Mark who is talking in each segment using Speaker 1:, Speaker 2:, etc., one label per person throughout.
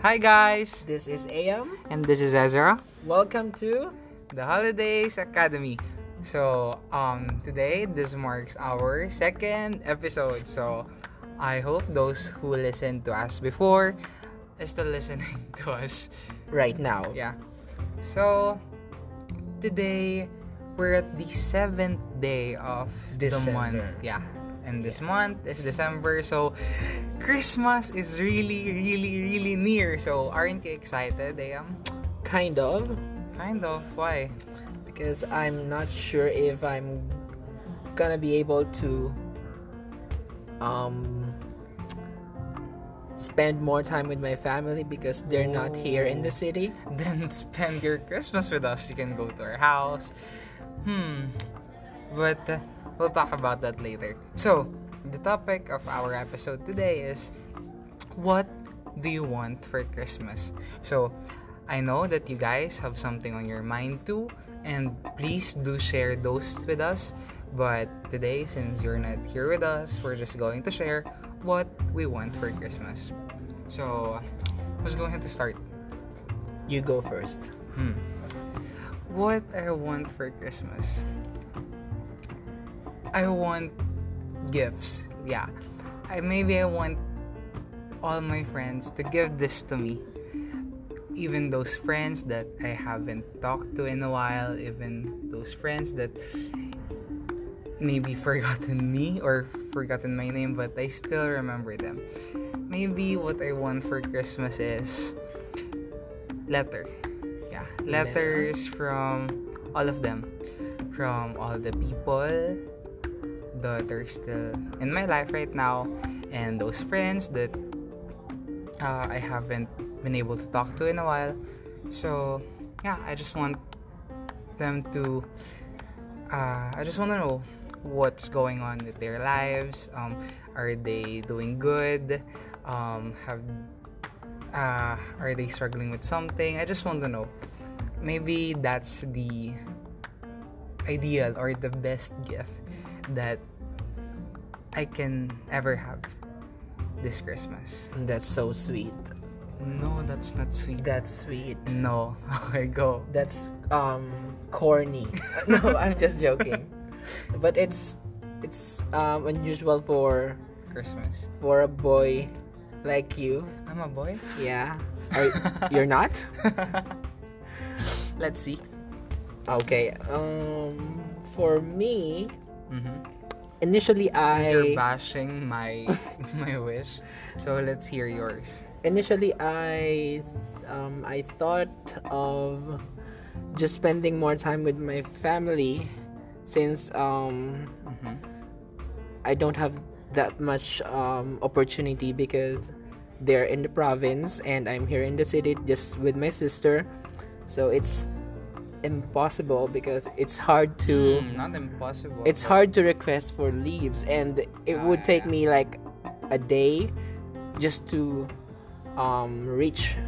Speaker 1: Hi guys,
Speaker 2: This is AM.
Speaker 1: and this is Ezra,
Speaker 2: Welcome to
Speaker 1: the Holidays Academy. So, um today this marks our second episode. So, I hope those who listened to us before are still listening to us.
Speaker 2: Right Now.
Speaker 1: Yeah. So, today we're at the seventh day of the
Speaker 2: December.
Speaker 1: month. Yeah. And this month is December, so Christmas is really, really, really near. So, aren't you excited? I am.
Speaker 2: Kind of,
Speaker 1: Kind of. Why?
Speaker 2: because I'm not sure if I'm gonna be able to um spend more time with my family because they're not here in the city.
Speaker 1: Then spend your Christmas with us. You can go to our house. Hmm. But uh, we'll talk about that later. So, the topic of our episode today is what do you want for Christmas? So, I know that you guys have something on your mind too, and please do share those with us. But today, since you're not here with us, we're just going to share what we want for Christmas. So, who's going to start?
Speaker 2: You go first.
Speaker 1: Hmm. What I want for Christmas? I want gifts. Yeah. I maybe I want all my friends to give this to me. Even those friends that I haven't talked to in a while, even those friends that maybe forgotten me or forgotten my name but I still remember them. Maybe what I want for Christmas is letter. Yeah, letters from all of them. From all the people that are still in my life right now and those friends that uh, I haven't been able to talk to in a while. So, yeah, I just want them to. Uh, I just want to know what's going on with their lives. Um, are they doing good? Um, have uh, are they struggling with something? I just want to know. Maybe that's the ideal or the best gift that I can ever have this Christmas.
Speaker 2: That's so sweet.
Speaker 1: No, that's not sweet.
Speaker 2: That's sweet.
Speaker 1: No, okay, go.
Speaker 2: That's um corny. no, I'm just joking. But it's it's um unusual for
Speaker 1: Christmas.
Speaker 2: for a boy like you.
Speaker 1: I'm a boy.
Speaker 2: Yeah. Are, you're not?
Speaker 1: Let's see.
Speaker 2: Okay. Um for me,
Speaker 1: Mm-hmm.
Speaker 2: initially
Speaker 1: You're
Speaker 2: I
Speaker 1: bashing my my wish, so let's hear yours.
Speaker 2: initially I um I thought of just spending more time with my family since um
Speaker 1: Mm-hmm.
Speaker 2: I don't have that much um, opportunity because they're in the province and I'm here in the city just with my sister. So it's impossible because it's hard to
Speaker 1: Mm, not impossible.
Speaker 2: it's hard to request for leaves and it
Speaker 1: Ah,
Speaker 2: would
Speaker 1: yeah,
Speaker 2: take
Speaker 1: yeah.
Speaker 2: me like a day just to um, reach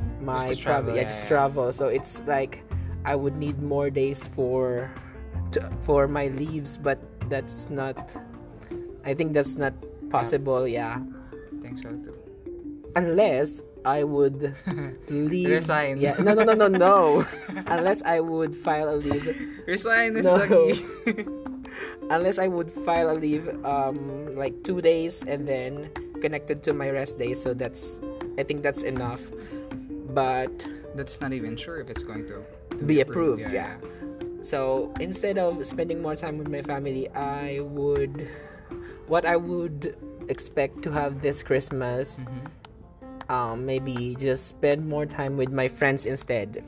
Speaker 1: to travel,
Speaker 2: my travel yeah,
Speaker 1: yeah,
Speaker 2: just
Speaker 1: yeah.
Speaker 2: travel. So it's like I would need more days for to, for my leaves, but that's not. I think that's not possible. Yeah,
Speaker 1: I think so too.
Speaker 2: unless I would leave.
Speaker 1: Resign.
Speaker 2: Yeah, no, no, no, no, no. unless I would file a leave.
Speaker 1: Resign is
Speaker 2: No.
Speaker 1: the key.
Speaker 2: unless I would file a leave um like two days and then connected to my rest day. So that's I think that's enough. But
Speaker 1: That's not even sure if it's going to, to
Speaker 2: Be approved, yeah. so instead of spending more time with my family, I would what I would expect to have this Christmas
Speaker 1: Mhm.
Speaker 2: um maybe just spend more time with my friends instead.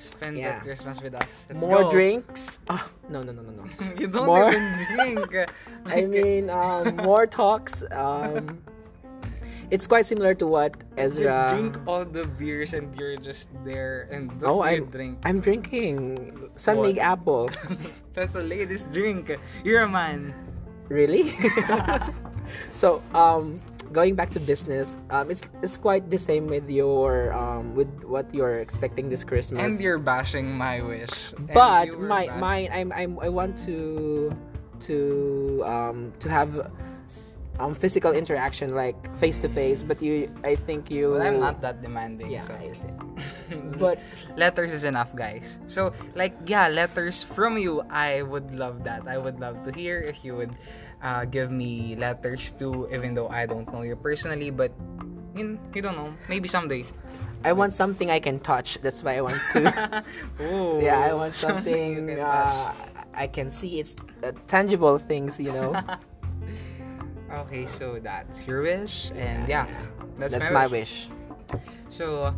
Speaker 1: Spend
Speaker 2: Yeah.
Speaker 1: that Christmas with us. Let's
Speaker 2: more
Speaker 1: go.
Speaker 2: drinks? Oh, no no no no no.
Speaker 1: you don't
Speaker 2: More-
Speaker 1: even drink.
Speaker 2: I
Speaker 1: Like,
Speaker 2: mean, um, more talks. Um, it's quite similar to what
Speaker 1: you
Speaker 2: Ezra.
Speaker 1: drink all the beers and you're just there and don't
Speaker 2: Oh,
Speaker 1: you
Speaker 2: I'm-
Speaker 1: drink.
Speaker 2: I'm drinking sunmig
Speaker 1: What?
Speaker 2: apple.
Speaker 1: That's a lady's drink. You're a man.
Speaker 2: Really? so, um, going back to business, um, it's it's quite the same with your um, with what you're expecting this Christmas.
Speaker 1: And you're bashing my wish. And you
Speaker 2: but
Speaker 1: were
Speaker 2: my
Speaker 1: bashing-
Speaker 2: mine I'm, I'm I want to to um to have um, physical interaction like face to face but you i think you
Speaker 1: Well, I'm not that demanding.
Speaker 2: yeah
Speaker 1: so.
Speaker 2: I see. but
Speaker 1: letters is enough, guys. So, like, yeah, letters from you. I would love that. I would love to hear if you would uh, give me letters too, even though I don't know you personally. But you, you don't know. Maybe someday.
Speaker 2: i want something i can touch that's why i want to
Speaker 1: Ooh,
Speaker 2: yeah i want
Speaker 1: you
Speaker 2: something
Speaker 1: can
Speaker 2: uh, i can see it's uh, tangible things you know
Speaker 1: touch. Okay, so that's your wish, and yeah, that's,
Speaker 2: that's
Speaker 1: my,
Speaker 2: my
Speaker 1: wish.
Speaker 2: wish
Speaker 1: So,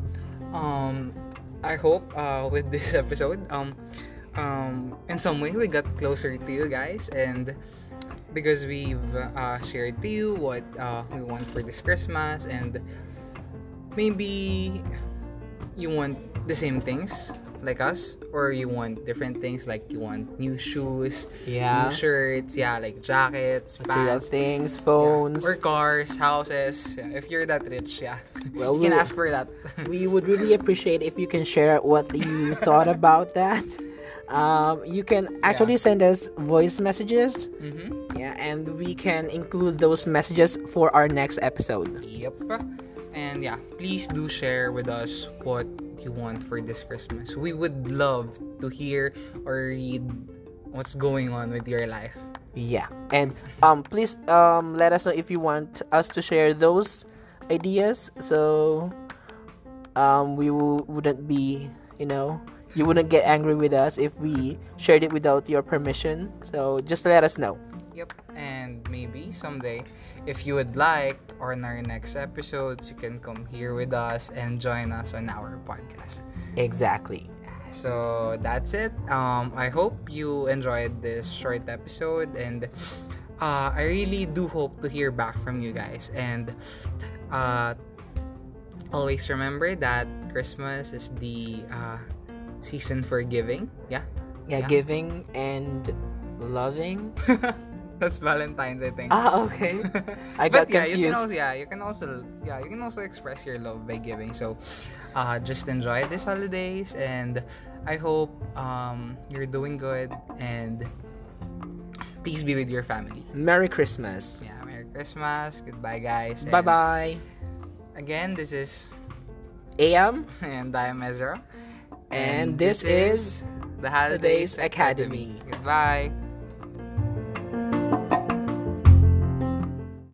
Speaker 1: um, I hope uh, with this episode, um, um, in some way we got closer to you guys, and because we've uh, shared to you what uh, we want for this Christmas, and maybe you want the same things like us, or you want different things like you want new shoes,
Speaker 2: yeah
Speaker 1: new shirts, yeah, like jackets,
Speaker 2: material
Speaker 1: pants,
Speaker 2: things
Speaker 1: yeah,
Speaker 2: phones
Speaker 1: or cars, houses. Yeah, if you're that rich, yeah,
Speaker 2: Well,
Speaker 1: you can
Speaker 2: we-
Speaker 1: ask for that.
Speaker 2: we would really appreciate if you can share what you thought about that um, you can actually send us voice messages
Speaker 1: mm-hmm.
Speaker 2: yeah and we can include those messages for our next episode
Speaker 1: Yep. And yeah, please do share with us what you want for this Christmas. We would love to hear or read what's going on with your life.
Speaker 2: yeah and um please um let us know if you want us to share those ideas so um we w- wouldn't be you know you wouldn't get angry with us if we shared it without your permission so just let us know
Speaker 1: Yep. And maybe someday, if you would like, or in our next episodes, you can come here with us and join us on our podcast.
Speaker 2: exactly
Speaker 1: So that's it. Um, I hope you enjoyed this short episode, and uh, I really do hope to hear back from you guys. And uh, always remember that Christmas is the uh, season for giving. Yeah, Yeah.
Speaker 2: yeah, giving and loving
Speaker 1: that's Valentine's, I think.
Speaker 2: ah okay I
Speaker 1: but
Speaker 2: got
Speaker 1: yeah, you can
Speaker 2: confused.
Speaker 1: also yeah, you can also yeah, you can also express your love by giving. So, uh, just enjoy these holidays, and I hope um you're doing good, and please be with your family.
Speaker 2: merry christmas
Speaker 1: Yeah, Merry Christmas. Goodbye, guys. and
Speaker 2: bye bye
Speaker 1: Again, this is
Speaker 2: am
Speaker 1: and I'm Ezra,
Speaker 2: And this is
Speaker 1: the Holidays
Speaker 2: Holidays Academy.
Speaker 1: Academy. Goodbye.